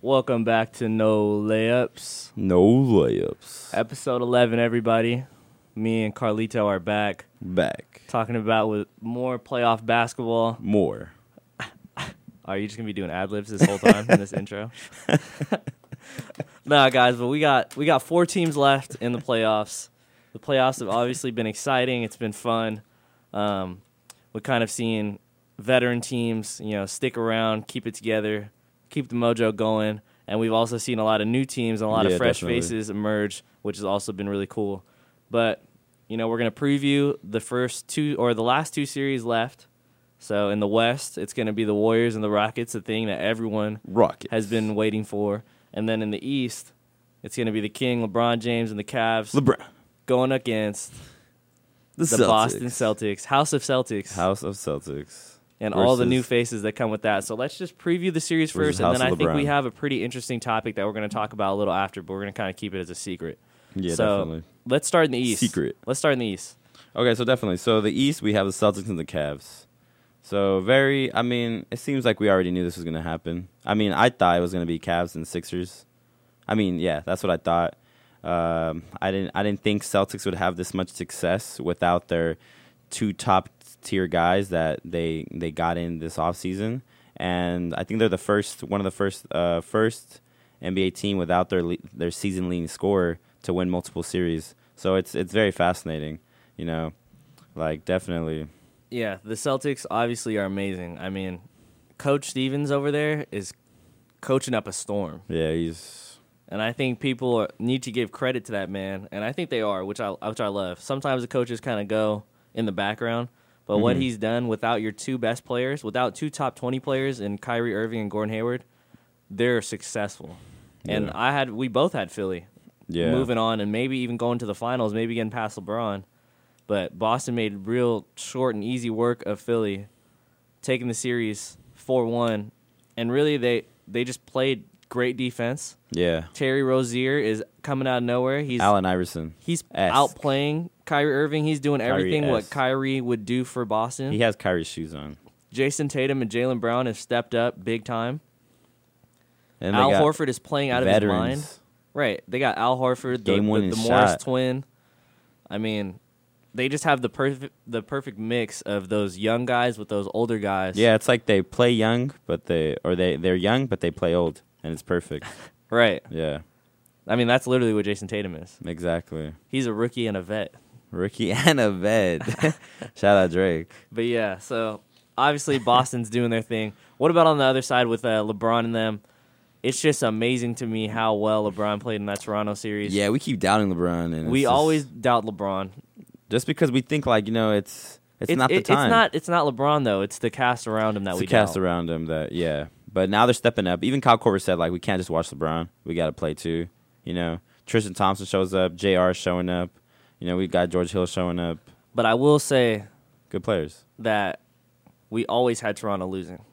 Welcome back to No Layups, No layups. episode 11, everybody. Me and Carlito are back Back. talking about with more playoff basketball. More. Are you just gonna be doing ad libs this whole time in this intro? nah, guys, but we got we got four teams left in the playoffs. The playoffs have obviously been exciting. It's been fun. Um, we're kind of seeing veteran teams, you know, stick around, keep it together, keep the mojo going, and we've also seen a lot of new teams and a lot Yeah, of fresh definitely. faces emerge, which has also been really cool. But you know, we're gonna preview the first two or the last two series left. So in the West, it's going to be the Warriors and the Rockets, the thing that everyone Rocket. has been waiting for. And then in the East, it's going to be the King, LeBron James, and the Cavs LeBron. going against The, the Boston Celtics, House of Celtics, House of Celtics. and all the versus- new faces that come with that. So let's just preview the series Versus first, and House then I of think we LeBron. have a pretty interesting topic that we're going to talk about a little after, but we're going to kind of keep it as a secret. Yeah, so definitely. let's start in the East. Secret. Let's start in the East. Okay, so definitely. So the East, we have the Celtics and the Cavs. So very, I mean, it seems like we already knew this was going to happen. I mean, I thought it was going to be Cavs and Sixers. I mean, yeah, that's what I thought. Um, I didn't, I didn't think Celtics would have this much success without their two top tier guys that they they got in this offseason. and I think they're the first, one of the first, uh, first NBA team without their le- their season leading scorer to win multiple series. So it's it's very fascinating, you know, like definitely. Yeah, the Celtics obviously are amazing. I mean, Coach Stevens over there is coaching up a storm, Yeah, he's and I think people are, need to give credit to that man, and I think they are, which I which I love. Sometimes the coaches kind of go in the background, but what Mm-hmm. he's done without your two best players, without two top twenty players in Kyrie Irving and Gordon Hayward, they're successful. And Yeah. I had we both had Philly yeah moving on and maybe even going to the finals, maybe getting past LeBron. But Boston made real short and easy work of Philly, taking the series 4 1. And really, they, they just played great defense. Yeah, Terry Rozier is coming out of nowhere. He's Allen Iverson. he's esque. outplaying Kyrie Irving. He's doing everything what Kyrie-esque. Kyrie would do for Boston. He has Kyrie's shoes on. Jason Tatum and Jalen Brown have stepped up big time. And Al Horford is playing out of his mind. Right. They got Al Horford, the, Game the, winning the Morris shot. twin. I mean, they just have the perfect the perfect mix of those young guys with those older guys. Yeah, it's like they play young, but they or they they're young, but they play old, and it's perfect. Right. yeah, I mean, that's literally what Jason Tatum is. exactly. He's a rookie and a vet. Ricky and a vet. Shout out Drake. But yeah, so obviously Boston's doing their thing. What about on the other side with uh, LeBron and them? It's just amazing to me how well LeBron played in that Toronto series. Yeah, we keep doubting LeBron, and We it's just- always doubt LeBron. just because we think like you know it's it's, not the it- time. It's not. It's not LeBron though. It's the cast around him that It's we the cast doubt. around him that yeah. But now they're stepping up. Even Kyle Korver said like we can't just watch LeBron. We got to play too. You know, Tristan Thompson shows up. Jr. is showing up. You know, we got George Hill showing up. But I will say Good players. that we always had Toronto losing.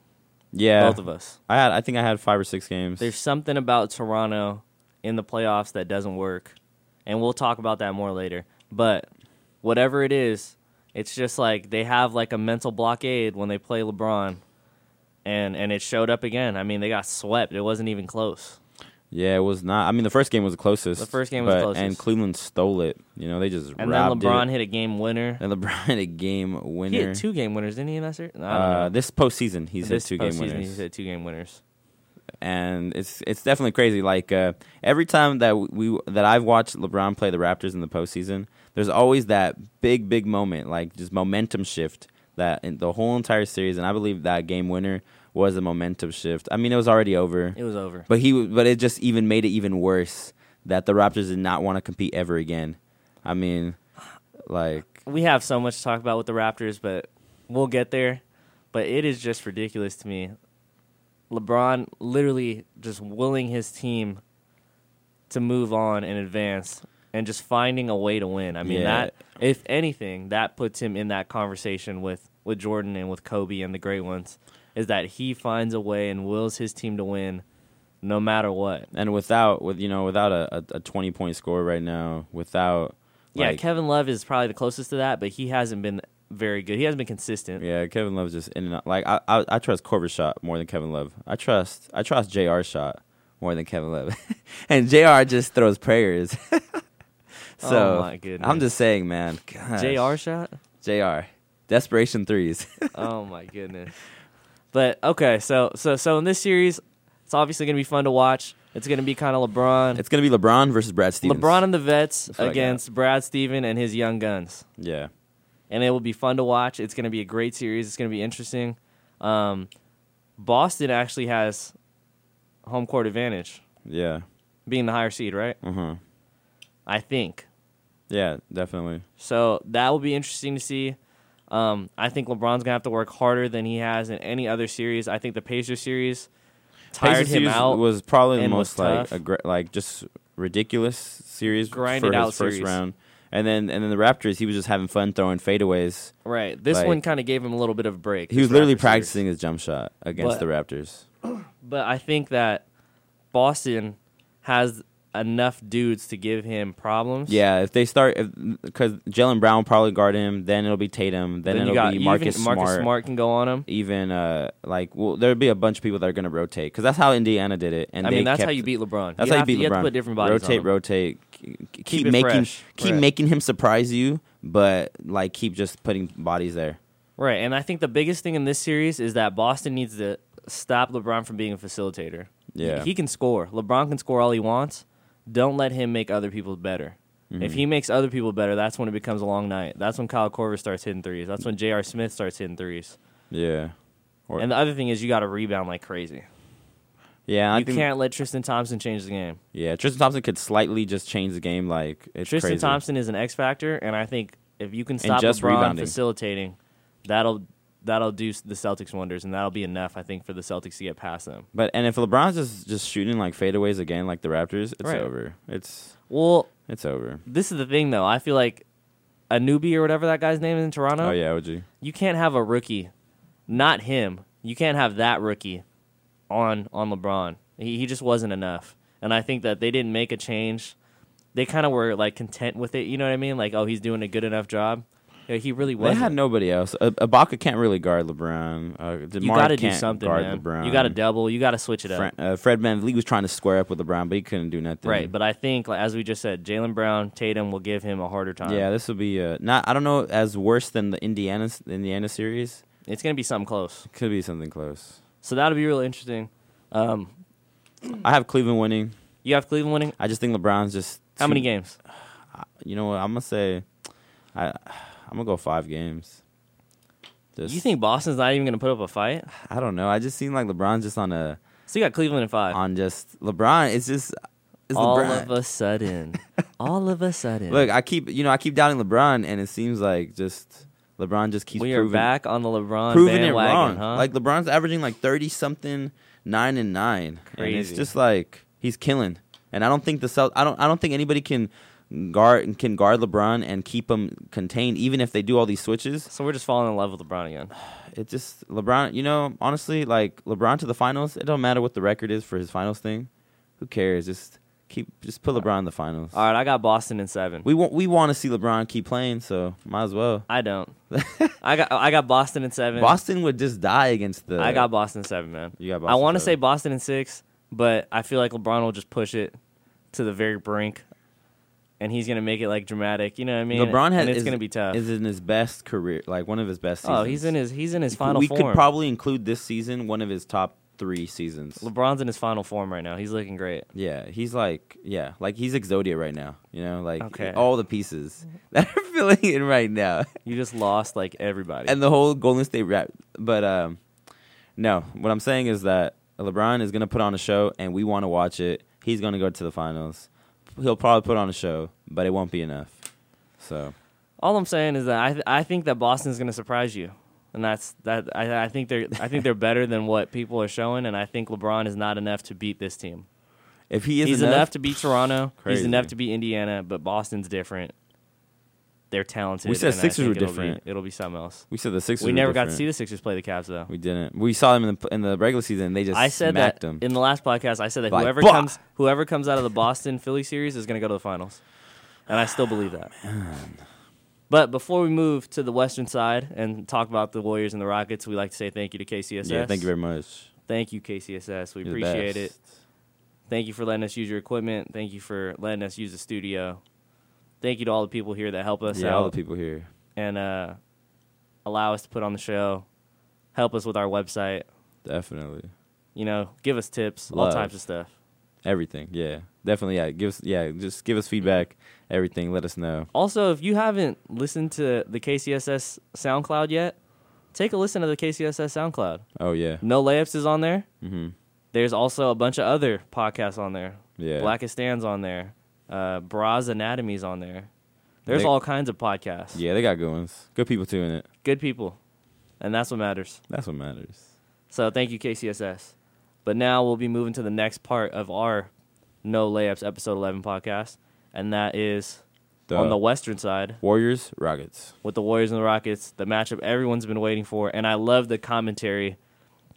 Yeah, Both of us. I had. I think I had five or six games. There's something about Toronto in the playoffs that doesn't work. And we'll talk about that more later. But whatever it is, it's just like they have like a mental blockade when they play LeBron. And and it showed up again. I mean, they got swept. It wasn't even close. yeah, it was not. I mean, the first game was the closest. The first game was but- closest. and Cleveland stole it. You know, they just And robbed then LeBron It. hit a game winner. And LeBron had a game winner. He hit two game winners, didn't he? In that series, I don't Uh, know. this postseason, he's This hit two game postseason, winners. He hit two game winners. and it's it's definitely crazy. Like uh, every time that we that I've watched LeBron play the Raptors in the postseason, there's always that big big moment, like just momentum shift that in the whole entire series. And I believe that game winner was a momentum shift. I mean, it was already over, It was over. but he but it just even made it even worse that the Raptors did not want to compete ever again. I mean, like we have so much to talk about with the Raptors, but we'll get there. But it is just ridiculous to me. LeBron literally just willing his team to move on and advance and just finding a way to win. I mean, Yeah. that, if anything, that puts him in that conversation with, with Jordan and with Kobe and the great ones is that he finds a way and wills his team to win no matter what. and without with you know without a, a, a twenty point score right now, without yeah, like, Kevin Love is probably the closest to that, but he hasn't been very good. He hasn't been consistent. Yeah, Kevin Love's just in and out. Like I, I, I trust Corver's shot more than Kevin Love. I trust, I trust Jr's shot more than Kevin Love. and JR just throws prayers. so Oh my goodness. I'm just saying, man. Gosh. JR shot? JR. Desperation threes. oh my goodness. But okay, so so so in this series, it's obviously gonna be fun to watch. It's gonna be kind of LeBron, it's gonna be LeBron versus Brad Stevens. LeBron and the vets That's what I got. against Brad Steven and his young guns, Yeah. and it will be fun to watch. It's gonna be a great series. It's gonna be interesting. Um, Boston actually has home court advantage, Yeah. being the higher seed, right? Uh huh. I think. Yeah. Definitely. So that will be interesting to see. Um, I think LeBron's gonna have to work harder than he has in any other series. I think the Pacers series tired Pacers him series out. Was probably the and was most like tough. aggr- like just ridiculous series Grinded for out his first series. round. And then and then the Raptors, he was just having fun throwing fadeaways. right, this like- one kind of gave him a little bit of a break. He this was literally Raptors series. practicing his jump shot against But- the Raptors. but I think that Boston has enough dudes to give him problems. Yeah, if they start, because Jalen Brown will probably guard him, then it'll be Tatum, then, then, it'll you got be even Marcus, Marcus Smart. Smart can go on him. Even uh, like well, there'll be a bunch of people that are going to rotate because that's how Indiana did it. And I they mean, that's kept, how you beat LeBron. That's you how you have beat to, LeBron. You have to put different bodies rotate, on him. rotate. k- Keep, it making, fresh. keep Right. making him surprise you, but like keep just putting bodies there. Right, and I think the biggest thing in this series is that Boston needs to stop LeBron from being a facilitator. Yeah. He can score. LeBron can score all he wants. Don't let him make other people better. Mm-hmm. If he makes other people better, that's when it becomes a long night. That's when Kyle Corver starts hitting threes. That's when J.R. Smith starts hitting threes. Yeah, Or- And the other thing is you got to rebound like crazy. yeah. I you think can't let Tristan Thompson change the game. yeah. Tristan Thompson could slightly just change the game. Like it's Tristan crazy. Thompson is an X factor, and I think if you can stop just LeBron rebounding. facilitating, that'll that'll do s- the Celtics wonders, and that'll be enough, I think, for the Celtics to get past them. But and if LeBron's just just shooting like fadeaways again, like the Raptors, it's Right. over. It's Well, it's over. this is the thing, though. I feel like a newbie or whatever that guy's name is in Toronto. Oh yeah, OG. You can't have a rookie, not him. You can't have that rookie on on LeBron. He he just wasn't enough, and I think that they didn't make a change. They kind of were like content with it. You know what I mean? Like, oh, he's doing a good enough job. Yeah, he really They wasn't. had nobody else. Uh, Ibaka can't really guard LeBron. Uh, DeMar you got to do can't something, guard man. LeBron. You got to double. You got to switch it up. Fran- uh, Fred VanVleet was trying to square up with LeBron, but he couldn't do nothing. Right, but I think, like, as we just said, Jalen Brown, Tatum will give him a harder time. yeah, this will be uh, not. I don't know as worse than the Indiana Indiana series. it's gonna be something close. Could be something close. So that'll be real interesting. Um, I have Cleveland winning. you have Cleveland winning. I just think LeBron's just How many too- games? You know what? I'm gonna say, I I'm gonna go five games. Just, You think Boston's not even gonna put up a fight? I don't know. I just seem like LeBron's just on a So you got Cleveland in five. on just LeBron. It's just it's all LeBron. of a sudden, all of a sudden, Look, I keep you know I keep doubting LeBron, and it seems like just LeBron just keeps we are proving back on the LeBron proving it bandwagon, wrong. huh? Like LeBron's averaging like thirty something, nine and nine, and it's Crazy. just like he's killing. And I don't think the Celt- I don't I don't think anybody can guard can guard LeBron and keep him contained, even if they do all these switches. so we're just falling in love with LeBron again. It just LeBron, you know, honestly, like LeBron to the finals, it don't matter what the record is for his finals thing. Who cares? Just keep just put LeBron in the finals. All right, I got Boston in seven. We want we want to see LeBron keep playing, so might as well. I don't. I got I got Boston in seven. Boston would just die against the. I got Boston in seven, man. You got I Boston want to seven. say Boston in six, but I feel like LeBron will just push it to the very brink, and he's gonna make it like dramatic. You know what I mean? LeBron has and it's is- gonna be tough. Is in his best career, like one of his best. seasons. oh, he's in his he's in his We- final We form. could probably include this season one of his top three seasons. LeBron's in his final form right now. He's looking great. yeah, he's like yeah, like he's Exodia right now. You know, like Okay. all the pieces that are filling in right now, You just lost like everybody. and the whole Golden State rap. But um, no, what I'm saying is that LeBron is gonna put on a show, and we want to watch it. He's gonna go to the finals. He'll probably put on a show, but it won't be enough. So All I'm saying is that I th- I think that Boston's going to surprise you, and that's that. I, I think they're I think they're better than what people are showing, and I think LeBron is not enough to beat this team. if he is He's enough, to beat Toronto. Crazy. He's enough to beat Indiana, but Boston's different. They're talented. We said and I Sixers think were it'll be- different. it'll be something else. we said the Sixers. we were never got to different. see the Sixers play the Cavs though. We didn't. We saw them in the in the regular season. and They just I said smacked that them. in the last podcast. I said that Like, whoever "Bah!" comes whoever comes out of the Boston Philly series is going to go to the finals, and I still believe that. But before we move to the Western side and talk about the Warriors and the Rockets, we like to say thank you to KCSS. yeah, thank you very much. Thank you, KCSS. We You're the appreciate it. best. Thank you for letting us use your equipment. Thank you for letting us use the studio. Thank you to all the people here that help us yeah, out all the people here. and uh, allow us to put on the show. Help us with our website. Definitely. You know, give us tips, all Love. types of stuff. Everything. Yeah. Definitely. Yeah. Give us, yeah. Just give us feedback. Everything. Let us know. Also, if you haven't listened to the KCSS SoundCloud yet, take a listen to the KCSS SoundCloud. Oh, yeah. No Layups is on there. Mm-hmm. There's also a bunch of other podcasts on there. Yeah. Blackest Stands on there. Uh, Bras Anatomy's on there. There's They- all kinds of podcasts. Yeah, they got good ones. Good people too in it. Good people. And that's what matters. That's what matters. So thank you, KCSS. But now we'll be moving to the next part of our No Layups episode 11 podcast. And that is The on the Western side. Warriors, Rockets. with the Warriors and the Rockets, the matchup everyone's been waiting for, and I love the commentary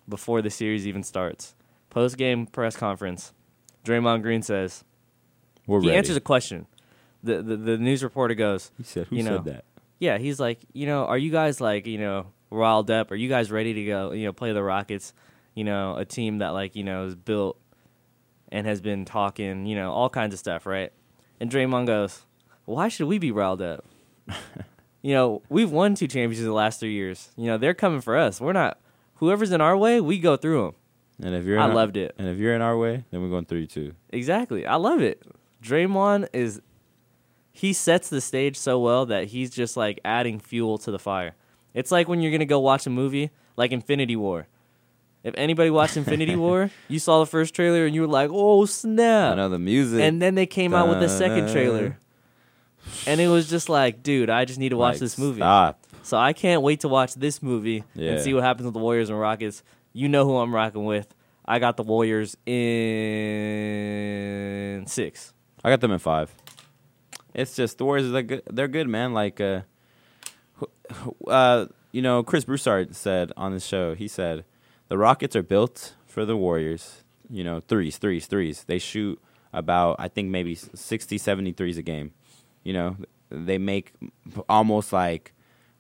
before the series even starts. Post game press conference, Draymond Green says We're he ready. answers a question. The, the the news reporter goes, he said, "Who you know, said that?" "Yeah, he's like, you know, are you guys like, you know, riled up? Are you guys ready to go? You know, play the Rockets? You know, a team that like, you know, is built and has been talking, you know, all kinds of stuff, right?" And Draymond goes, "Why should we be riled up?" you know, we've won two championships the last three years. You know, they're coming for us. We're not. Whoever's in our way, we go through them. And if you're, I in our- loved it. And if you're in our way, then we're going through you too. Exactly. I love it. Draymond is. He sets the stage so well that he's just like adding fuel to the fire. It's like when you're gonna go watch a movie like Infinity War. If anybody watched Infinity War, you saw the first trailer and you were like, "Oh I know snap!" the music. And then they came out with the second trailer, and it was just like, "Dude, I just need to watch Like, this movie." Stop. So I can't wait to watch this movie Yeah. and see what happens with the Warriors and Rockets. You know who I'm rocking with. I got the Warriors in six. I got them in five. It's just the Warriors. They're good. They're good, man. Like, uh, wh- uh, you know, Chris Broussard said on the show. He said the Rockets are built for the Warriors. You know, threes, threes, threes. They shoot about I think maybe 60, 70 threes a game. You know, they make almost like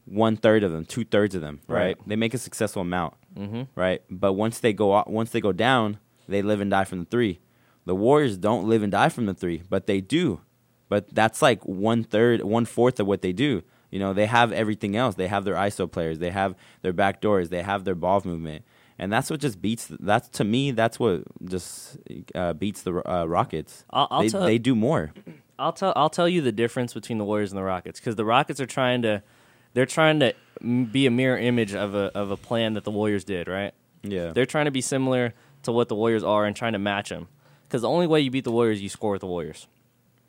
one third of them, two thirds of them. Right? Right. They make a successful amount Mm-hmm. right? But once they go out, once they go down, they live and die from the three. The Warriors don't live and die from the three, but they do. But that's like one third, one fourth of what they do. You know, they have everything else. They have their ISO players. They have their back doors. They have their ball movement, and that's what just beats. That's to me, that's what just uh, beats the uh, Rockets. I'll- I'll they, tell- they do more. I'll tell I'll tell you the difference between the Warriors and the Rockets because the Rockets are trying to they're trying to m- be a mirror image of a of a plan that the Warriors did, right? Yeah, They're trying to be similar to what the Warriors are and trying to match them. Because the only way you beat the Warriors, you score with the Warriors.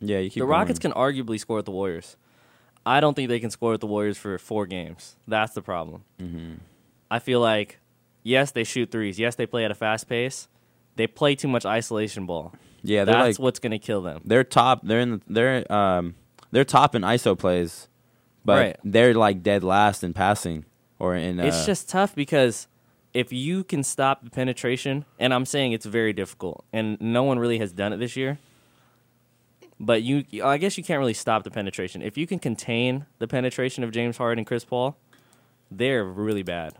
yeah. You keep the going. Rockets can arguably score with the Warriors. I don't think they can score with the Warriors for four games. That's the problem. Mm-hmm. I feel like, yes, they shoot threes. Yes, they play at a fast pace. They play too much isolation ball. Yeah, they're That's like what's going to kill them. they're top. They're in. The, they're um. They're top in ISO plays, but Right. they're like dead last in passing or in. Uh, it's just tough because if you can stop the penetration, and I'm saying it's very difficult, and no one really has done it this year. But you, I guess you can't really stop the penetration. If you can contain the penetration of James Harden and Chris Paul, they're really bad.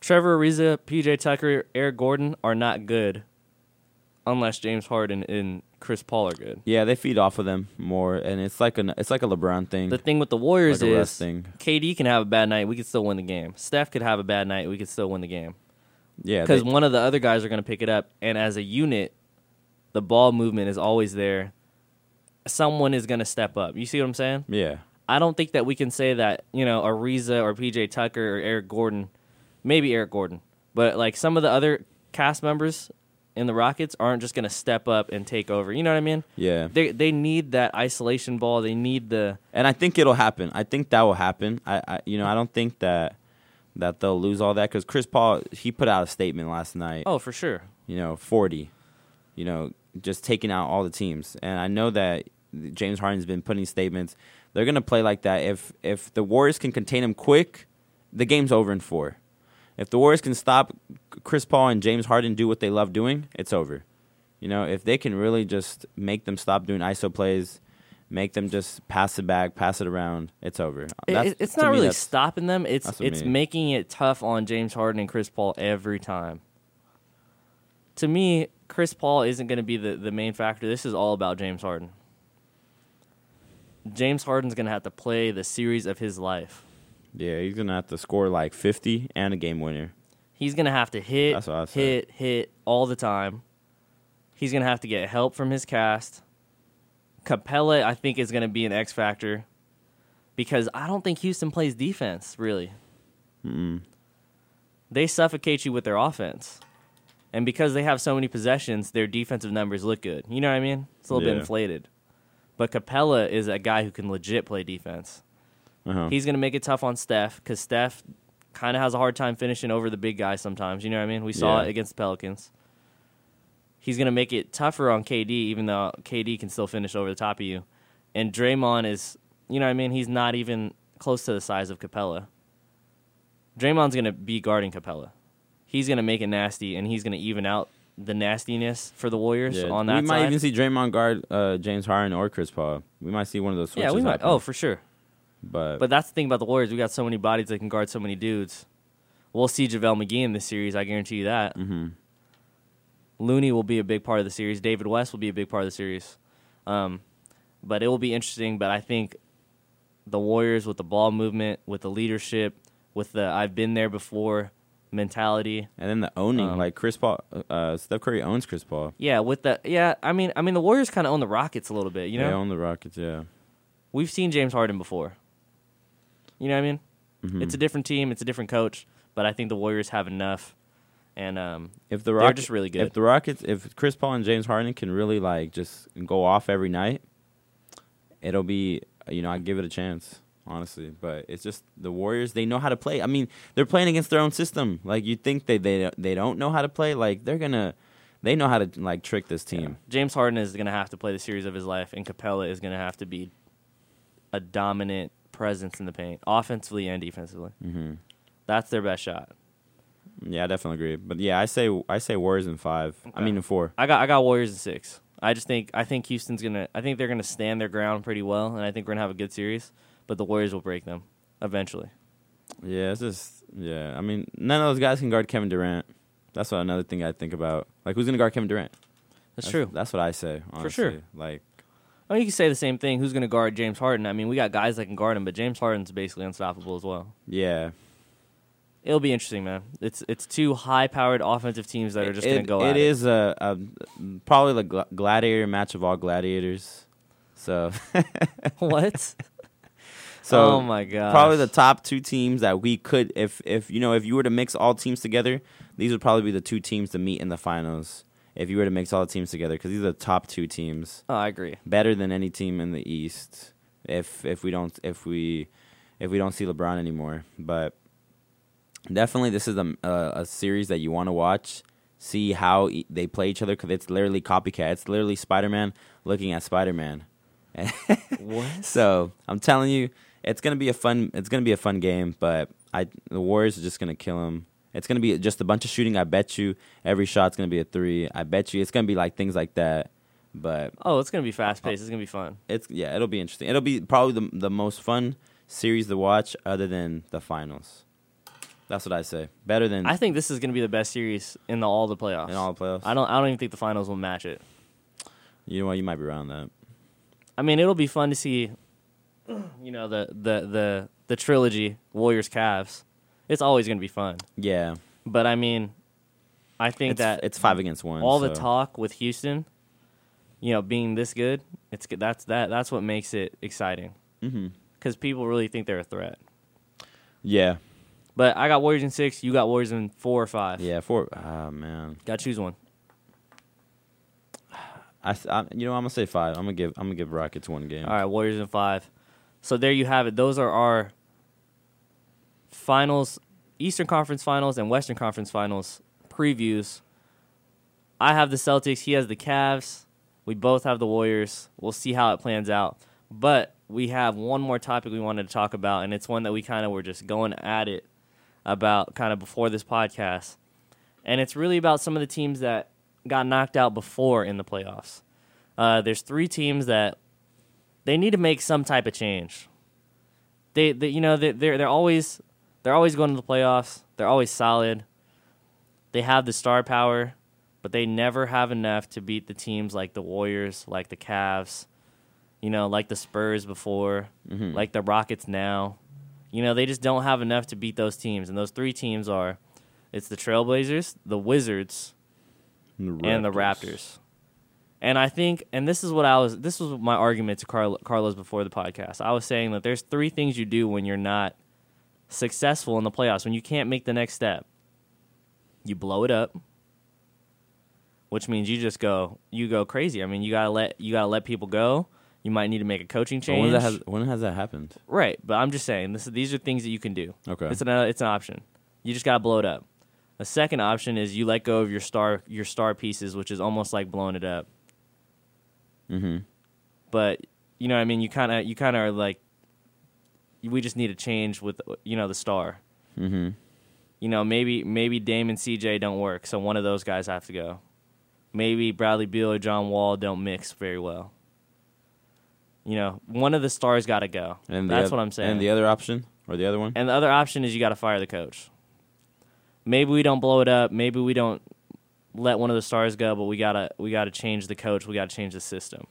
Trevor Ariza, PJ Tucker, Eric Gordon are not good, unless James Harden and Chris Paul are good. yeah. They feed off of them more, and it's like an it's like a LeBron thing. The thing with the Warriors Like a is rest thing. KD can have a bad night, we could still win the game. Steph could have a bad night, we could still win the game. yeah, Because they- one of the other guys are going to pick it up, and as a unit, the ball movement is always there. Someone is going to step up. You see what I'm saying? yeah, I don't think that we can say that you know Ariza or PJ Tucker or Eric Gordon, maybe Eric Gordon, but like some of the other cast members in the Rockets aren't just going to step up and take over. You know what I mean? yeah. They they need that isolation ball. They need the and I think it'll happen. I think that will happen. I, I you know, I don't think that that they'll lose all that because Chris Paul he put out a statement last night. oh for sure. you know, 40, you know, just taking out all the teams. And I know that James Harden's been putting statements. They're going to play like that. If if the Warriors can contain him quick, the game's over in 4. If the Warriors can stop Chris Paul and James Harden do what they love doing, it's over. You know, if they can really just make them stop doing iso plays, make them just pass it back, pass it around, it's over. That's- it, it's to not me, really that's- stopping them. It's that's what I it's mean. making it tough on James Harden and Chris Paul every time. to me, Chris Paul isn't going to be the, the main factor. This is all about James Harden. James Harden's going to have to play the series of his life. Yeah, he's gonna have to score like fifty and a game winner. He's going to have to hit, That's what I said. hit, hit all the time. He's going to have to get help from his cast. Capella, I think, is going to be an X factor because I don't think Houston plays defense, really. They suffocate you with their offense. And because they have so many possessions, their defensive numbers look good. You know what I mean? It's a little bit Yeah. inflated. But Capella is a guy who can legit play defense. Uh-huh. He's going to make it tough on Steph because Steph kind of has a hard time finishing over the big guy sometimes. You know what I mean? We saw Yeah. it against the Pelicans. He's going to make it tougher on KD, even though KD can still finish over the top of you. And Draymond is, you know what I mean? He's not even close to the size of Capella. Draymond's going to be guarding Capella. He's going to make it nasty, and he's going to even out the nastiness for the Warriors Yeah, on that we side. might even see Draymond guard uh, James Harden or Chris Paul. We might see one of those switches. yeah, we might. happen. Oh, for sure. but, But that's the thing about the Warriors. We got so many bodies that can guard so many dudes. We'll see JaVale McGee in this series. I guarantee you that. Mm-hmm. Looney will be a big part of the series. David West will be a big part of the series. Um, but it will be interesting. But I think the Warriors with the ball movement, with the leadership, with the I've been there before mentality. and then the owning, Um, like Chris Paul, uh, Steph Curry owns Chris Paul. Yeah, with the yeah. I mean, I mean, the Warriors kind of own the Rockets a little bit. You know, they own the Rockets. Yeah, we've seen James Harden before. You know what I mean? It's a different team, it's a different coach, but I think the Warriors have enough. And um, if the They're Rockets, just really If good. the Rockets, if Chris Paul and James Harden can really like just go off every night, it'll be you know I give it a chance honestly. But it's just the Warriors. They know how to play. I mean, they're playing against their own system. Like you think they they they don't know how to play. Like they're gonna they know how to like trick this team. James Harden is going to have to play the series of his life, and Capella is going to have to be a dominant presence in the paint, offensively and defensively. Mm-hmm. That's their best shot. Yeah, I definitely agree. But yeah, I say I say Warriors in five. I Okay. mean in four. I got I got Warriors in six. I just think I think Houston's gonna I think they're gonna stand their ground pretty well, and I think we're gonna have a good series. But the Warriors will break them eventually. Yeah, it's just yeah. I mean, none of those guys can guard Kevin Durant. That's what another thing I think about. Like, who's gonna guard Kevin Durant? That's true. That's what I say. Honestly. sure. Like, Oh, you can say the same thing. Who's going to guard James Harden? I mean, we got guys that can guard him, but James Harden's basically unstoppable as well. yeah, It'll be interesting, man. It's it's two high-powered offensive teams that are just going to It- go It at it. is a, a probably the gla- gladiator match of all gladiators. So, what? so oh my god! probably the top two teams that we could, if if you know, if you were to mix all teams together, these would probably be the two teams to meet in the finals. If you were to mix all the teams together, because these are the top two teams. Oh, I agree. better than any team in the East. If if we don't if we if we don't see LeBron anymore, but definitely this is a a, a series that you want to watch. See how e- they play each other because it's literally copycat. It's literally Spider Man looking at Spider Man. What? So I'm telling you, it's gonna be a fun. It's gonna be a fun game, but I the Warriors are just gonna kill them. It's gonna be just a bunch of shooting. I bet you every shot's gonna be a three. I bet you it's gonna be like things like that. But Oh, it's going to be fast-paced. It's going to be fun. it's yeah, it'll be interesting. It'll be probably the the most fun series to watch other than the finals. That's what I say. Better than I think this is going to be the best series in the, all the playoffs. in all the playoffs. I don't. I don't even think the finals will match it. you know what? You might be around that. I mean, it'll be fun to see. You know the the the the trilogy Warriors Cavs. It's always going to be fun. Yeah, But I mean, I think it's, that it's five against one. all the so- talk with Houston, you know, being this good, it's good. That's that. That's what makes it exciting. Mm-hmm. Because people really think they're a threat. Yeah, But I got Warriors in six. You got Warriors in four or five. yeah. Four. Ah man. Got to choose one. I, s- I- you know I'm gonna say five. I'm gonna give I'm gonna give Rockets one game. All right, Warriors in five. So there you have it. Those are our finals, Eastern Conference Finals and Western Conference Finals previews. I have the Celtics. He has the Cavs. We both have the Warriors. We'll see how it plans out. But we have one more topic we wanted to talk about, and it's one that we kind of were just going at it about kind of before this podcast. And it's really about some of the teams that got knocked out before in the playoffs. Uh, there's three teams that they need to make some type of change. They, they you know, they, they're they're always they're always going to the playoffs. They're always solid. They have the star power. but they never have enough to beat the teams like the Warriors, like the Cavs, you know, like the Spurs before, like the Rockets now. You know, they just don't have enough to beat those teams. And those three teams are it's the Trailblazers, the Wizards, and the Raptors. And I think, and this is what I was, this was my argument to Carl, Carlos before the podcast. I was saying that there's three things you do when you're not successful in the playoffs, when you can't make the next step. You blow it up, which means you just go, you go crazy. I mean, you gotta let, you gotta let people go. You might need to make a coaching But change. When, that has, when has that happened? Right, but I'm just saying this. These are things that you can do. Okay. it's an uh, it's an option. You just gotta blow it up. A second option is you let go of your star your star pieces, which is almost like blowing it up. Mm-hmm. But you know, what I mean, you kind of you kind of are like, we just need a change with you know the star. Mm-hmm. You know, maybe maybe Dame and CJ don't work, so one of those guys have to go. Maybe Bradley Beal or John Wall don't mix very well. You know, one of the stars got to go. And the that's oth- what I'm saying. And the other option or the other one? And the other option is you got to fire the coach. Maybe we don't blow it up. Maybe we don't let one of the stars go, but we gotta we gotta change the coach. We gotta change the system.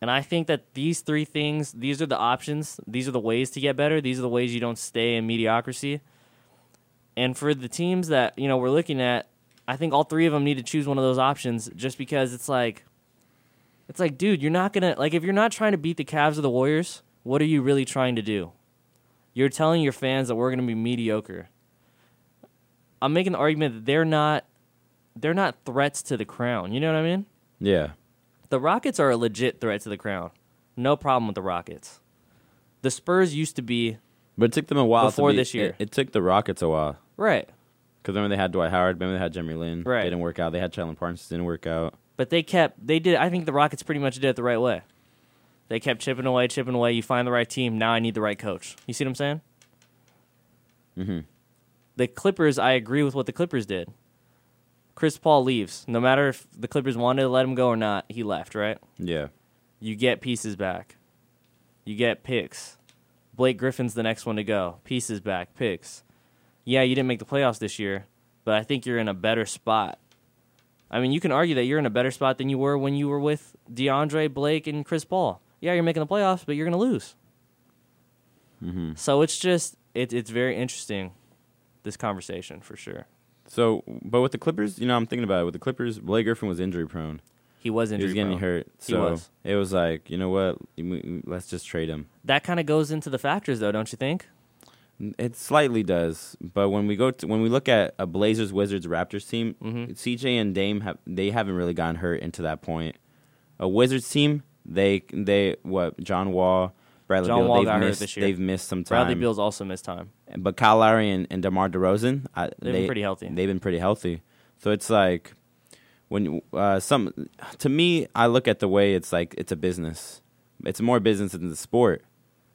And I think that these three things, these are the options. These are the ways to get better. These are the ways you don't stay in mediocrity. And for the teams that you know we're looking at, I think all three of them need to choose one of those options, just because it's like, it's like, dude, you're not gonna like if you're not trying to beat the Cavs or the Warriors, what are you really trying to do? You're telling your fans that we're going to be mediocre. I'm making the argument that they're not they're not threats to the crown. You know what I mean? yeah. The Rockets are a legit threat to the crown. No problem with the Rockets. The Spurs used to be But it took them a while to Before be- this year. It, it took the Rockets a while right, because remember they had Dwight Howard, remember they had Jeremy Lin, Right. They didn't work out. They had Jalen Parsons, didn't work out. but they kept they did I think the Rockets pretty much did it the right way. They kept chipping away, chipping away. You find the right team. Now I need the right coach. You see what I'm saying? Mm-hmm. the Clippers, I agree with what the Clippers did. Chris Paul leaves. No matter if the Clippers wanted to let him go or not, he left, right? Yeah. You get pieces back. You get picks. Blake Griffin's the next one to go. Pieces back, picks. Yeah, you didn't make the playoffs this year, but I think you're in a better spot. I mean, you can argue that you're in a better spot than you were when you were with DeAndre, Blake, and Chris Paul. Yeah, you're making the playoffs, but you're going to lose. Mm-hmm. So it's just, it, it's very interesting, this conversation for sure. So, but with the Clippers, you know, I'm thinking about it. With the Clippers, Blake Griffin was injury prone. He was injured. he was getting hurt. He So was. it was like, you know what? We- we- Let's just trade him. That kind of goes into the factors, though, don't you think? It slightly does, but when we go to, when we look at a Blazers, Wizards, Raptors team, Mm-hmm. CJ and Dame have they haven't really gotten hurt into that point. A Wizards team, they they what John Wall, Bradley John Beal, Wall they've got hurt missed this year. they've missed some time. Bradley Beal's also missed time. but Kyle Lowry and, and DeMar DeRozan, I, they've been pretty healthy. They've been pretty healthy. So it's like when uh, some to me, I look at the way it's like it's a business. It's more business than the sport.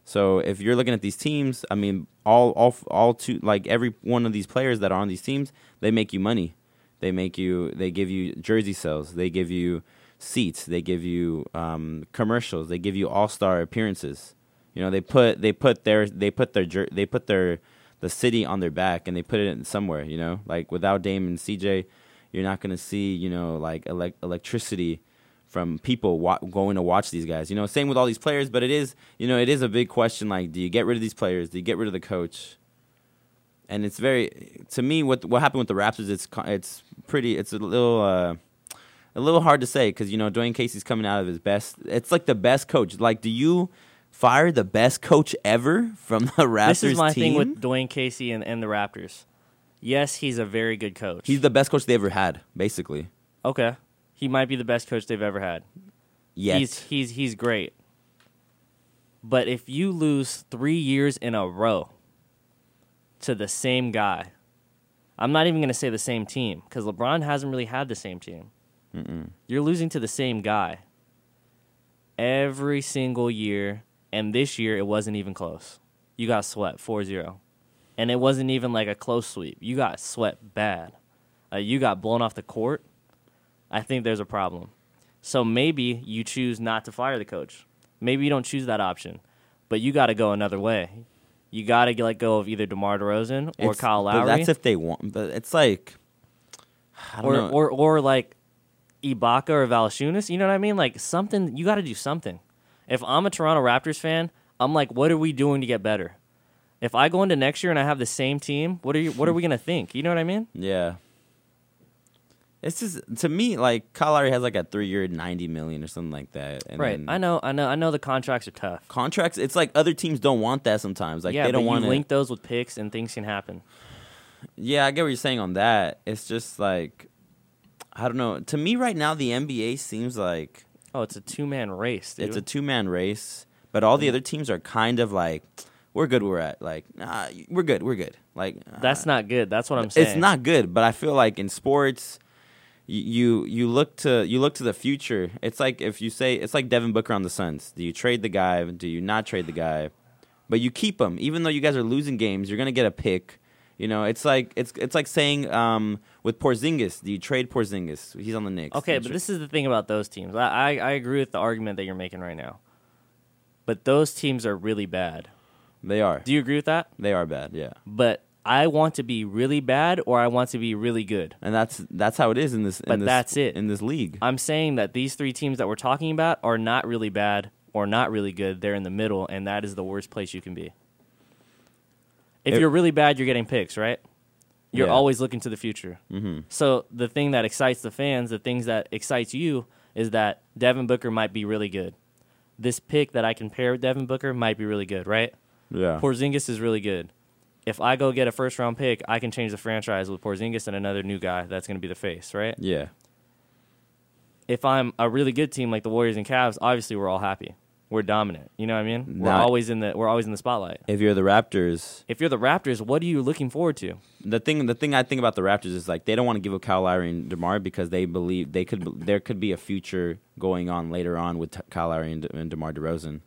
So if you're looking at these teams, I mean, all all all two like every one of these players that are on these teams, they make you money. They make you. They give you jersey sales. They give you seats. They give you um, commercials. They give you all star appearances. You know, they put they put their they put their jer- they put their the city on their back and they put it in somewhere. You know, like without Dame and CJ, you're not gonna see you know like elec electricity from people wa- going to watch these guys. You know, same with all these players, but it is, you know, it is a big question. Like, do you get rid of these players? Do you get rid of the coach? And it's very, to me, what what happened with the Raptors? It's co- it's pretty. It's a little. Uh, a little hard to say because you know Dwayne Casey's coming out of his best. It's like the best coach. Like, do you fire the best coach ever from the Raptors this is my thing team? with Dwayne Casey and, and the Raptors. Yes, he's a very good coach. He's the best coach they ever had, basically. okay. He might be the best coach they've ever had. Yet. He's he's he's great. But if you lose three years in a row to the same guy, I'm not even going to say the same team because LeBron hasn't really had the same team. You're losing to the same guy every single year, and this year it wasn't even close. You got swept 4-0. And it wasn't even like a close sweep. You got swept bad. Uh, you got blown off the court. I think there's a problem. So maybe you choose not to fire the coach. Maybe you don't choose that option, but you got to go another way. You got to let go of either DeMar DeRozan or It's- Kyle Lowry. But that's if they want. But it's like, I don't or know. or or like Ibaka or Valachunas. You know what I mean? Like something you got to do something. If I'm a Toronto Raptors fan, I'm like, what are we doing to get better? If I go into next year and I have the same team, what are you? What are we gonna think? You know what I mean? yeah. It's just to me like Kyle Lowry has like a three year ninety million or something like that. And Right. then I know. I know. I know the contracts are tough. Contracts. It's like other teams don't want that sometimes. Like yeah, they don't but want you to. link those with picks and things can happen. Yeah, I get what you're saying on that. It's just like I don't know. To me right now the NBA seems like Oh, it's a two man race. Dude. it's a two man race, but all the other teams are kind of like we're good where we're at. Like, nah, we're good, we're good. Like That's not good. That's what I'm saying. uh, it's not good, but I feel like in sports y- you you look to you look to the future. It's like if you say it's like Devin Booker on the Suns. Do you trade the guy? Do you not trade the guy? But you keep him, even though you guys are losing games. You're gonna get a pick. You know, it's like it's it's like saying um, with Porzingis. Do you trade Porzingis? He's on the Knicks. Okay, You but tra- this is the thing about those teams. I, I, I agree with the argument that you're making right now. But those teams are really bad. they are Do you agree with that? they are bad. Yeah, But I want to be really bad or I want to be really good. and that's that's how it is in this. But in this, that's it. in this league. I'm saying that these three teams that we're talking about are not really bad or not really good. They're in the middle, and that is the worst place you can be. If It- you're really bad, you're getting picks, right? You're Yeah. always looking to the future. Mm-hmm. So the thing that excites the fans, the things that excites you, is that Devin Booker might be really good. This pick that I can pair with Devin Booker might be really good, right? yeah, Porzingis is really good. If I go get a first round pick, I can change the franchise with Porzingis and another new guy that's going to be the face, right? yeah, if I'm a really good team like the Warriors and Cavs, obviously we're all happy. We're dominant. You know what I mean? We're Not- always in the we're always in the spotlight. if you're the Raptors, If you're the Raptors, what are you looking forward to? the thing the thing I think about the Raptors is like they don't want to give up Kyle Lowry and Demar because they believe they could there could be a future going on later on with Kyle Lowry and, and Demar Derozan,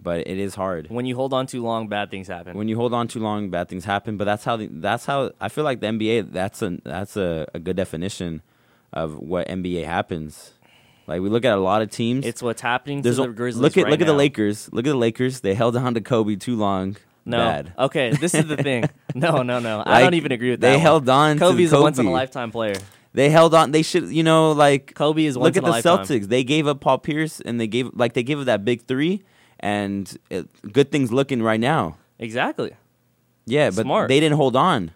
but it is hard When you hold on too long, bad things happen. when you hold on too long, bad things happen. But that's how the, that's how I feel like the NBA. That's a that's a, a good definition of what NBA happens. Like we look at a lot of teams. it's what's happening there's to a- the Grizzlies. look at right look at the now. Lakers. Look at the Lakers. They held on to Kobe too long. No. Bad. Okay, this is the thing. No, no, no. I don't Like, even agree with that. They one. held on. Kobe's to a Kobe. once in a lifetime player. They held on. They should, you know, like Kobe is look once at in a the lifetime. Celtics. They gave up Paul Pierce, and they gave like they gave up that big three, and it, good things looking right now. Exactly. Yeah, but Smart. they didn't hold on.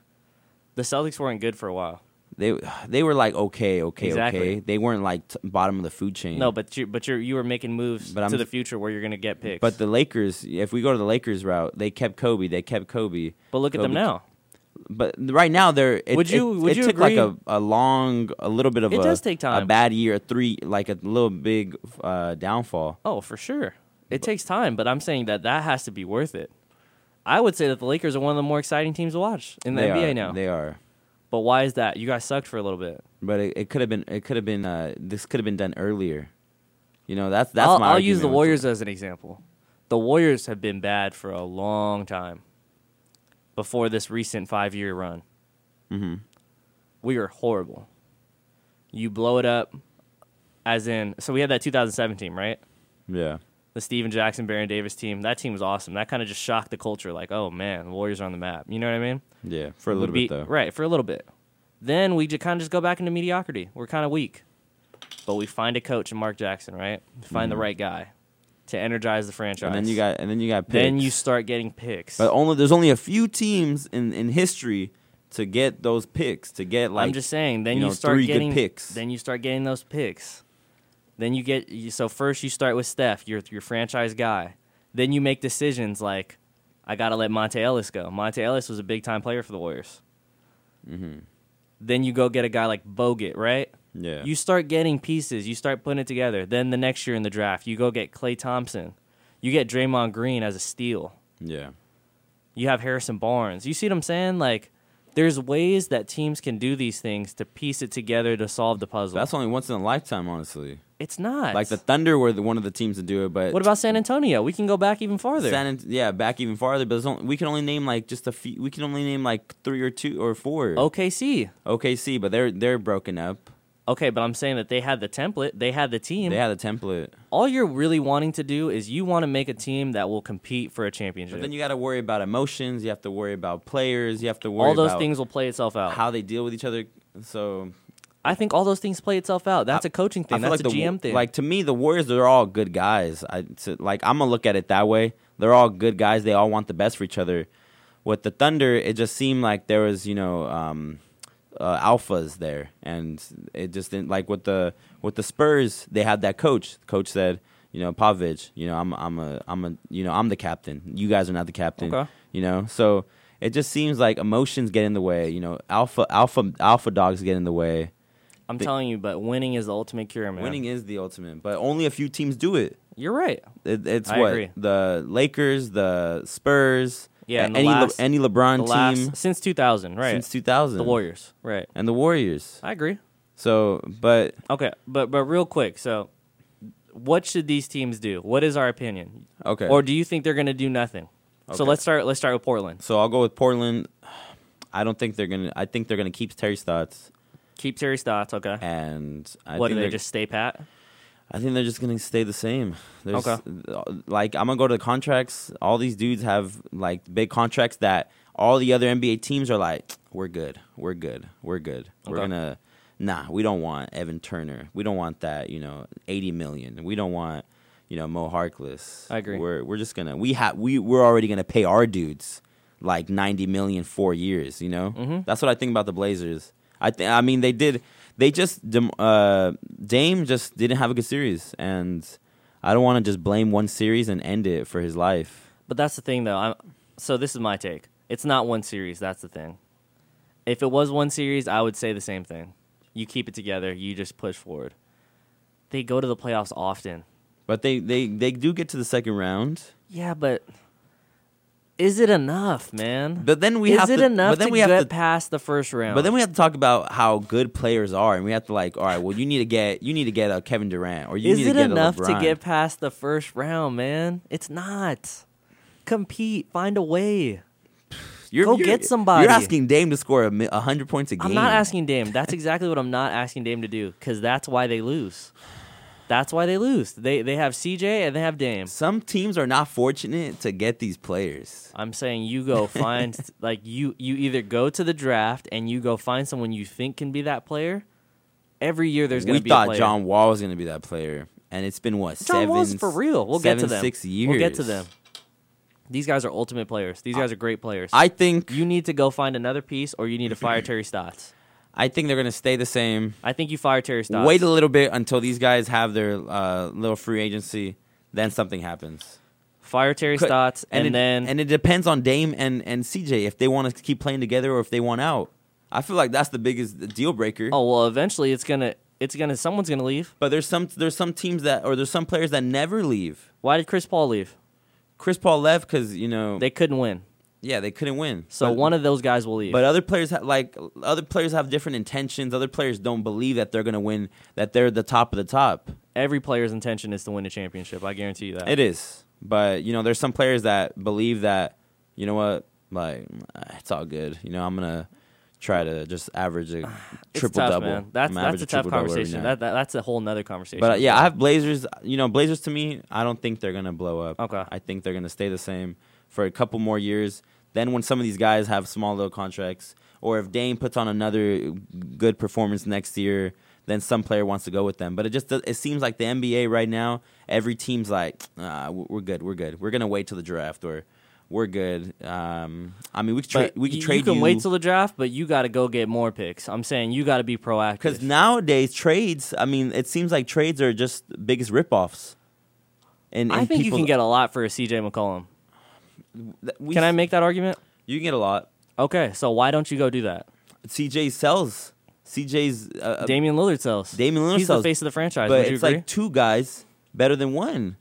The Celtics weren't good for a while. They they were like okay, okay, Exactly. okay. They weren't like t- bottom of the food chain. No, but you but you you were making moves But to I'm- the future where you're going to get picks. but the Lakers. If we go to the Lakers route, they kept Kobe. They kept Kobe. but look at them Kobe- now. But right now, they're it, Would it- you- would it you took like a, agree- a long, a little bit of It a does take a time. bad year, three like a little big uh, downfall. Oh, for sure. It takes time, but I'm saying that that has to be worth it. I would say that the Lakers are one of the more exciting teams to watch in the they NBA are, now. They are. But why is that? You guys sucked for a little bit. But it, it could have been. It could have been. Uh, this could have been done earlier. You know, that's that's I'll, my. I'll use the argument with Warriors it. as an example. The Warriors have been bad for a long time before this recent five year run. Mm-hmm. We were horrible. You blow it up, as in, so we had that 2017, right? Yeah, the Steven Jackson, Baron Davis team. That team was awesome. That kind of just shocked the culture. Like, oh man, the Warriors are on the map. You know what I mean? yeah. For a We little beat- bit though. Right, for a little bit. Then we just kind of just go back into mediocrity. We're kind of weak. But we find a coach in Mark Jackson, right? We Find the right guy to energize the franchise. Mm-hmm. And then you got. And then you got. Picks. then you start getting picks. But only there's only a few teams in in history to get those picks to get like. I'm just saying. Then you you, know, start three good getting picks. Then you start getting those picks. Then you get you- so first you start with Steph, your your franchise guy. Then you make decisions like, I gotta let Monte Ellis go. Monte Ellis was a big time player for the Warriors. Mm-hmm. Then you go get a guy like Bogut, right? Yeah. You start getting pieces. You start putting it together. Then the next year in the draft, you go get Clay Thompson. You get Draymond Green as a steal. yeah. You have Harrison Barnes. You see what I'm saying? Like, there's ways that teams can do these things to piece it together to solve the puzzle. That's only once in a lifetime, honestly. it's not. Like the Thunder were the, one of the teams to do it, but what about San Antonio? We can go back even farther. San Ant- yeah, back even farther. But there's only, we can only name like just a few. We can only name like three or two or four. Oh. OKC. OKC, but they're they're broken up. Okay, but I'm saying that they had the template. They had the team. They had a template. All you're really wanting to do is you want to make a team that will compete for a championship. But then you got to worry about emotions. You have to worry about players. You have to worry All those about things will play itself out. how they deal with each other. So I think all those things play itself out. That's a coaching I thing. feel That's like a the- GM thing. Like to me, the Warriors they're all good guys. I to, like I'm gonna look at it that way. They're all good guys. They all want the best for each other. With the Thunder, it just seemed like there was you know um, uh, alphas there, and it just didn't like with the with the Spurs. They had that coach. The coach said, you know, Pavage, you know, I'm I'm a I'm a you know I'm the captain. You guys are not the captain. Okay. You know, so it just seems like emotions get in the way. You know, alpha alpha alpha dogs get in the way. I'm the- telling you, but winning is the ultimate cure, man. Winning is the ultimate, but only a few teams do it. You're right. It, it's I what agree. the Lakers, the Spurs, Yeah, a- and the any Le- last- any LeBron The team last since 2000, right? since 2000, the Warriors, right? and the Warriors. I agree. So, but Okay, but but real quick, so what should these teams do? What is our opinion? okay, Or do you think they're going to do nothing? So Okay. let's start. Let's start with Portland. so I'll go with Portland. I don't think they're gonna. I think they're gonna keep Terry Stotts, Keep Terry Stotts. Okay. and I what do think they they're- just stay pat? I think they're just gonna stay the same. There's, uh, Okay. Like I'm gonna go to the contracts. All these dudes have like big contracts that all the other NBA teams are like, we're good, we're good, we're good. We're Okay. gonna, nah, we don't want Evan Turner. We don't want that. You know, 80 million. We don't want, you know, Mo Harkless. I agree. We're we're just gonna we have we we're already gonna pay our dudes like 90 million four years. You know, mm-hmm. that's what I think about the Blazers. I think I mean they did they just dem- uh, Dame just didn't have a good series, and I don't want to just blame one series and end it for his life. But that's the thing, though. I'm, so this is my take. It's not one series. That's the thing. If it was one series, I would say the same thing. You keep it together. You just push forward. They go to the playoffs often. But they they they do get to the second round. Yeah, but is it enough, man? But then we is have it to- enough but then to we get have to- past the first round? But then we have to talk about how good players are, and we have to like, all right, well, you need to get you need to get a Kevin Durant, or you is need to it get enough a to LeBron. get past the first round, man? It's not. Compete. Find a way. You're, Go get somebody. You're asking Dame to score a mi- a hundred points a game. I'm not asking Dame. That's exactly what I'm not asking Dame to do because that's why they lose. That's why they lose. They they have CJ and they have Dame. Some teams are not fortunate to get these players. I'm saying you go find like you you either go to the draft and you go find someone you think can be that player. Every year there's going we to be a thought player. John Wall was going to be that player, and it's been what John seven Wall's for real. We'll seven, get to them. Six years. We'll get to them. These guys are ultimate players. These guys are great players. I think you need to go find another piece, or you need to fire Terry Stotts. I think they're going to stay the same. I think you fire Terry Stotts. Wait a little bit until these guys have their uh, little free agency. Then something happens. fire Terry Could- Stotts, and, it, then and it depends on Dame and and CJ if they want to keep playing together or if they want out. I feel like that's the biggest deal breaker. oh well, eventually it's gonna it's gonna someone's gonna leave. But there's some there's some teams that or there's some players that never leave. Why did Chris Paul leave? Chris Paul left because you know They couldn't win, yeah they couldn't win. so But- one of those guys will leave. But uh, other players ha- like other players have different intentions. Other players don't believe that they're going to win. That they're the top of the top. Every player's intention is to win a championship. I guarantee you that. It is. But you know, there's some players that believe that you know what, like it's all good. You know, I'm gonna try to just average a It's triple tough, double. man. That's I'm gonna that's average a tough triple-double every conversation. night. That, that that's a whole nother conversation. But uh, yeah, I have Blazers. You know, Blazers to me, I don't think they're gonna blow up. Okay. I think they're gonna stay the same for a couple more years. Then when some of these guys have small little contracts, or if Dame puts on another good performance next year, then some player wants to go with them. But it just it seems like the NBA right now, every team's like, ah, we're good, we're good, we're gonna wait till the draft, or we're good. Um, I mean, we could tra- But we could you- trade You can wait till the draft, but you got to go get more picks. I'm saying you got to be proactive. because nowadays trades, I mean, it seems like trades are just biggest ripoffs. And, I and think you people- can get a lot for a CJ McCollum. Th- we Can I s- make that argument? You can get a lot. Okay, so why don't you go do that? CJ sells. CJ's uh, uh, Damian Lillard sells. Damian Lillard He's sells, the face of the franchise. but Would you it's agree? like two guys better than one.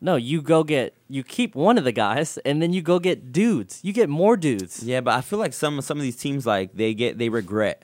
no, you go get you keep one of the guys, and then you go get dudes. You get more dudes. Yeah, but I feel like some some of these teams like they get they regret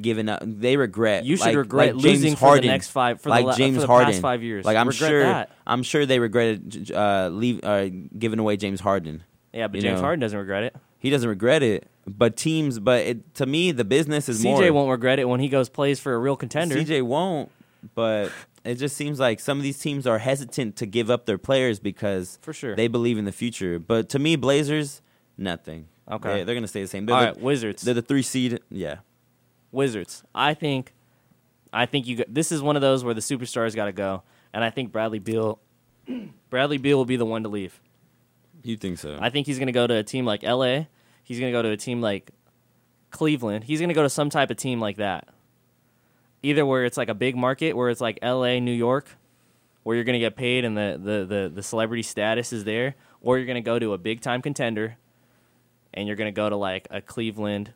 giving up. They regret. You should like- regret like James losing for the Harden, next five- for the like la- for James the past Harden five years. Like I'm Regret sure that. I'm sure they regretted j- j- uh, leave uh, giving away James Harden. Yeah, but You James know. Harden doesn't regret it. He doesn't regret it, but teams. But it, to me, the business is more. CJ won't regret it when he goes plays for a real contender. CJ won't, but it just seems like some of these teams are hesitant to give up their players because For sure. they believe in the future. But to me, Blazers, nothing. Okay. they, are gonna stay the same. They're All the, right, Wizards. they're the three seed. Yeah, Wizards. I think I think you. Got, this is one of those where the superstars got to go, and I think Bradley Beal, Bradley Beal will be the one to leave. You think so? I think he's going to go to a team like LA. He's going to go to a team like Cleveland. He's going to go to some type of team like that. Either where it's like a big market, where it's like LA, New York, where you're going to get paid and the, the, the, the celebrity status is there, or you're going to go to a big time contender and you're going to go to like a Cleveland,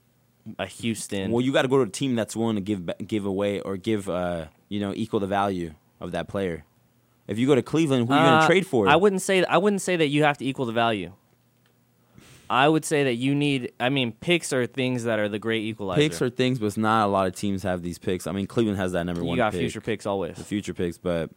a Houston. Well, you got to go to a team that's willing to give ba- give away or give uh, you know equal the value of that player. If you go to Cleveland, who are you going Uh, to trade for? I wouldn't say I wouldn't say that you have to equal the value. I would say that you need. I mean, picks are things that are the great equalizer. picks are things, but not a lot of teams have these picks. I mean, Cleveland has that number you one. got pick. future picks the always. future picks, but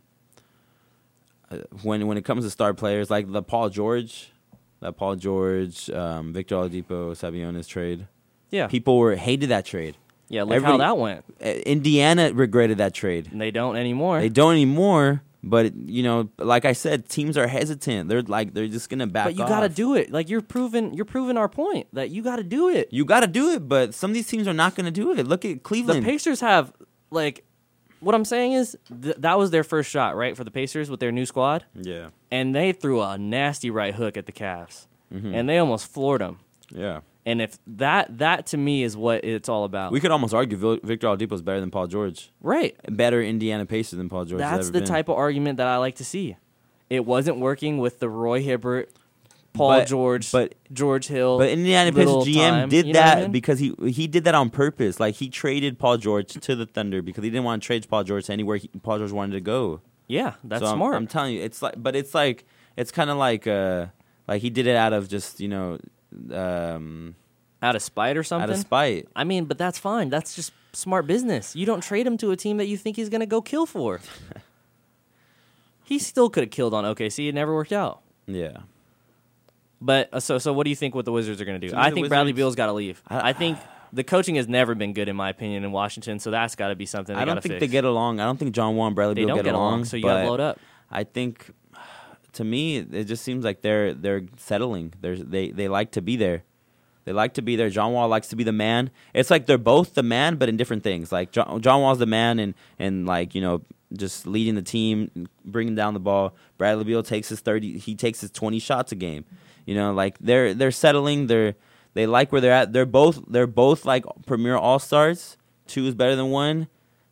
uh, when when it comes to star players like the Paul George, that Paul George, um, Victor Oladipo, Sabionis trade, Yeah, people were hated that trade. yeah. Look how everybody- that went. Uh, Indiana regretted that trade. And they don't anymore. They don't anymore, but you know, like I said, teams are hesitant. They're like they're just gonna back. but you off. got to do it. Like you're proving you're proving our point that you got to do it. You got to do it, but some of these teams are not going to do it. Look at the Cleveland. Pacers have like what I'm saying is th- that was their first shot, right, for the Pacers with their new squad, yeah, and they threw a nasty right hook at the Cavs, Mm-hmm. and they almost floored them. yeah. And if that that to me is what it's all about, We could almost argue Vil- Victor Oladipo is better than Paul George, right? better Indiana Pacers than Paul George. has That's ever the been. type of argument that I like to see. It wasn't working with the Roy Hibbert, Paul But- George, but- George Hill, But Indiana little Pacers GM time, did you know what that I mean? because he he did that on purpose. Like he traded Paul George to the Thunder because he didn't want to trade Paul George to anywhere he, Paul George wanted to go. yeah, that's so I'm, smart. I'm telling you, it's like, but it's like, it's kind of like, uh, like he did it out of just you know, um, out of spite or something. out of spite. I mean, but that's fine. That's just smart business. You don't trade him to a team that you think he's going to go kill for. he still could have killed on OKC. It never worked out. Yeah, But uh, so, so what do you think what the Wizards are going to do? To me, I the think Bradley Wizards- Beal's got to leave. I- I, think the coaching has never been good, in my opinion, in Washington. So that's got to be something. They I don't gotta fix. think they get along. I don't think John Wall and Bradley They Beal don't get, get along, so you got to but load up. I think, to me, it just seems like they're they're settling. They're, they they like to be there. They like to be there. John Wall likes to be the man. It's like they're both the man, but in different things. Like John, John Wall's the man, and and like you know, just leading the team, bringing down the ball. Bradley Beal takes his thirty. He takes his twenty shots a game. You know, like they're they're settling. They're they like where they're at. They're both they're both like premier all stars. Two is better than one.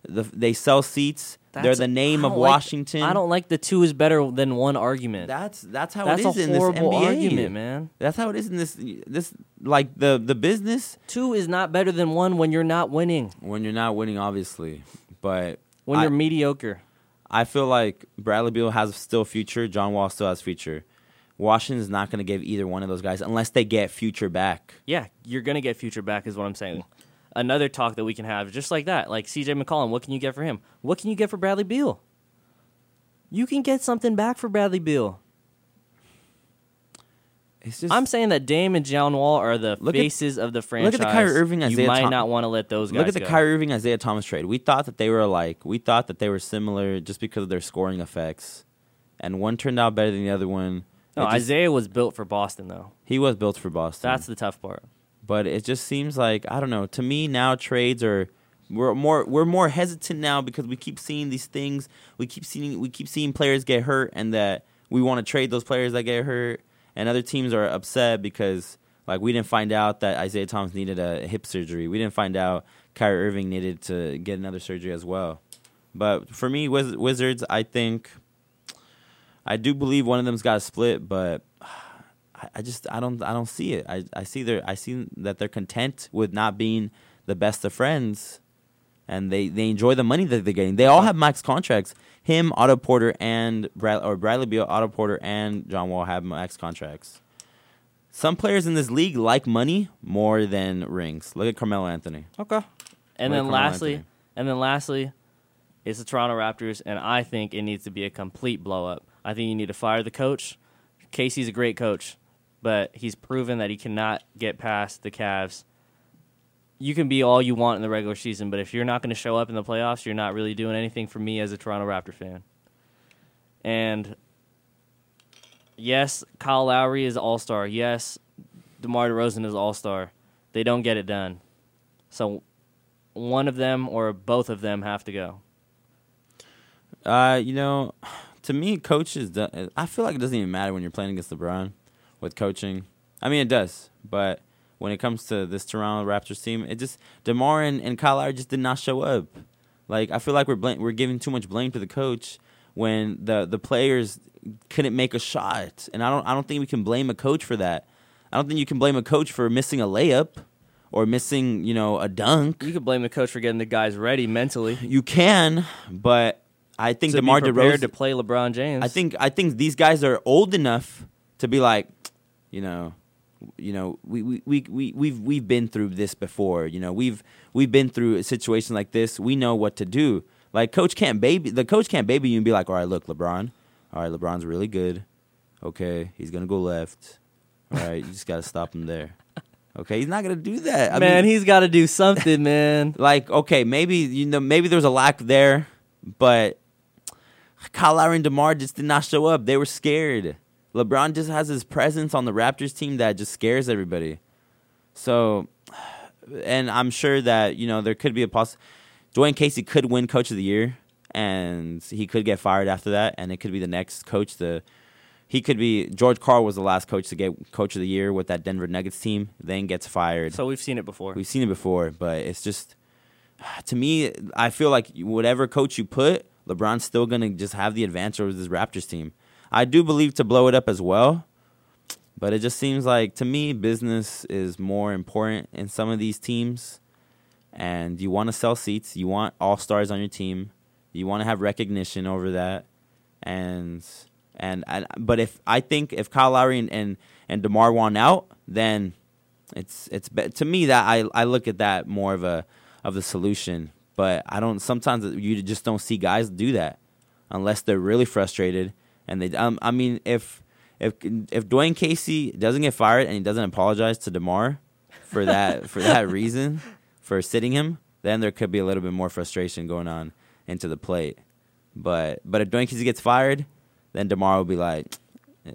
The, they sell seats. they're That's- the name I of don't like- Washington. I don't like the two is better than one argument. That's that's how that's it is a in this horrible NBA. argument, man. That's how it is in this this like the the business Two is not better than one when you're not winning, when you're not winning, obviously. But when I, you're mediocre. I feel like Bradley Beal has still future. John Wall still has future. Washington's not going to give either one of those guys unless they get future back. Yeah, you're gonna get future back is what I'm saying. Another talk that we can have just like that, like CJ McCollum. What can you get for him? What can you get for Bradley Beal? You can get something back for Bradley Beal. It's just I'm saying that Dame and John Wall are the Look at- faces of the franchise. look at the Kyrie Irving, You Isaiah might Thom- not want to let those guys. look at the go. Kyrie Irving Isaiah Thomas trade. We thought that they were alike. We thought that they were similar just because of their scoring effects, and one turned out better than the other one. No, It just- Isaiah was built for Boston though. he was built for Boston. That's the tough part. but it just seems like I don't know. To me now, trades are we're more we're more hesitant now because we keep seeing these things. We keep seeing we keep seeing players get hurt, and that we want to trade those players that get hurt, and other teams are upset because like we didn't find out that Isaiah Thomas needed a hip surgery. We didn't find out Kyrie Irving needed to get another surgery as well. But for me, Wiz- Wizards, I think I do believe one of them's got a split, but I, I just I don't I don't see it. I, I see their I see that they're content with not being the best of friends, and they, they enjoy the money that they're getting. They all have max contracts. Him, Otto Porter, and Brad or Bradley Beal, Otto Porter, and John Wall have max contracts. Some players in this league like money more than rings. Look at Carmelo Anthony. Okay. And Like then Carmelo lastly, Anthony. and then lastly, it's the Toronto Raptors, and I think it needs to be a complete blow up. I think you need to fire the coach. Casey's a great coach, but he's proven that he cannot get past the Cavs. You can be all you want in the regular season, but if you're not going to show up in the playoffs, you're not really doing anything for me as a Toronto Raptor fan. And yes, Kyle Lowry is all star. Yes, DeMar DeRozan is all star. They don't get it done. So one of them or both of them have to go? Uh, you know, to me, coaches. do- I feel like it doesn't even matter when you're playing against LeBron with coaching. I mean, it does, but when it comes to this Toronto Raptors team, it just Demar and, and Kyle Lowry just did not show up. Like I feel like we're blam- we're giving too much blame to the coach when the the players couldn't make a shot, and I don't I don't think we can blame a coach for that. I don't think you can blame a coach for missing a layup or missing you know a dunk. You could blame the coach for getting the guys ready mentally. You can, but I think to Demar be prepared DeRozan to play LeBron James. I think I think these guys are old enough to be like, you know, you know, we we we we we've we've been through this before. You know, we've we've been through a situation like this. We know what to do. Like coach can't baby the coach can't baby you and be like, all right, look, LeBron, all right, LeBron's really good. Okay, he's gonna go left. All right, you just gotta stop him there. Okay, he's not gonna do that. I man, mean, he's got to do something, man. like okay, maybe you know maybe there's a lack there, but Kyle Lowry and Demar just did not show up. They were scared. LeBron just has his presence on the Raptors team that just scares everybody. So, and I'm sure that you know there could be a poss. Dwayne Casey could win Coach of the Year, and he could get fired after that, and it could be the next coach. The he could be George Carl was the last coach to get Coach of the Year with that Denver Nuggets team, then gets fired. So we've seen it before. We've seen it before, but it's just to me. I feel like whatever coach you put, LeBron's still gonna just have the advantage over this Raptors team. I do believe to blow it up as well, but it just seems like to me business is more important in some of these teams, and you want to sell seats, you want all stars on your team, you want to have recognition over that, and and and but if I think if Kyle Lowry and and, and Demar want out, then it's it's be- to me that I I look at that more of a of the solution, but I don't. Sometimes you just don't see guys do that unless they're really frustrated and they. Um, I mean, if if if Dwayne Casey doesn't get fired and he doesn't apologize to Demar for that for that reason for sitting him, then there could be a little bit more frustration going on into the plate. But but if Dwayne Casey gets fired, then Demar will be like, "Eh,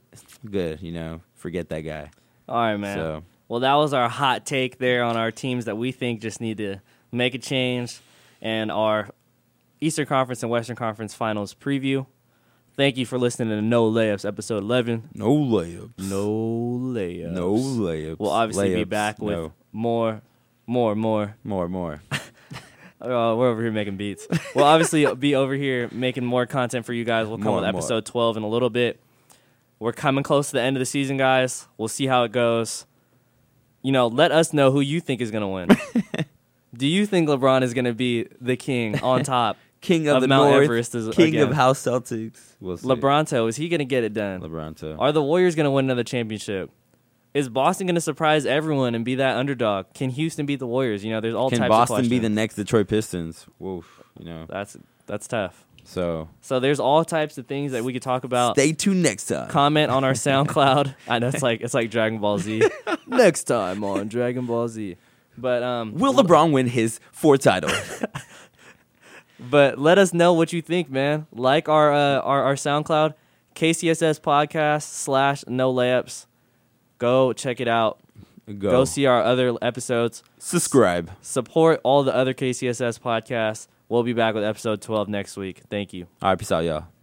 good, you know, forget that guy. All right, man. So. Well, that was our hot take there on our teams that we think just need to make a change and our Eastern Conference and Western Conference finals preview. Thank you for listening to No Layups episode 11. No layups. No layups. No layups. We'll obviously be Layups. back with No. more, more, more. more, more. Uh, we're over here making beats. We'll obviously be over here making more content for you guys. We'll come More, with more. episode 12 in a little bit. We're coming close to the end of the season, guys. We'll see how it goes. You know, let us know who you think is going to win. Do you think LeBron is going to be the king on top? King of, Of the Mount North. Everest is- King again. of House Celtics. We'll see. LeBronto, is he going to get it done? LeBron too. Are the Warriors going to win another championship? Is Boston going to surprise everyone and be that underdog? Can Houston beat the Warriors? You know, there's all Can types Boston of be the questions. next Detroit Pistons? Woof. You know. That's that's tough. So So there's all types of things that we could talk about. stay tuned next time. comment on our SoundCloud. I know it's like it's like Dragon Ball Z. Next time on Dragon Ball Z. But um Will LeBron win his fourth title? but let us know what you think, man. Like our uh, our, our SoundCloud, KCSS podcast slash no layups. Go check it out. Go. Go see our other episodes. Subscribe. Support all the other KCSS podcasts. We'll be back with episode 12 next week. Thank you. All right, peace out, y'all.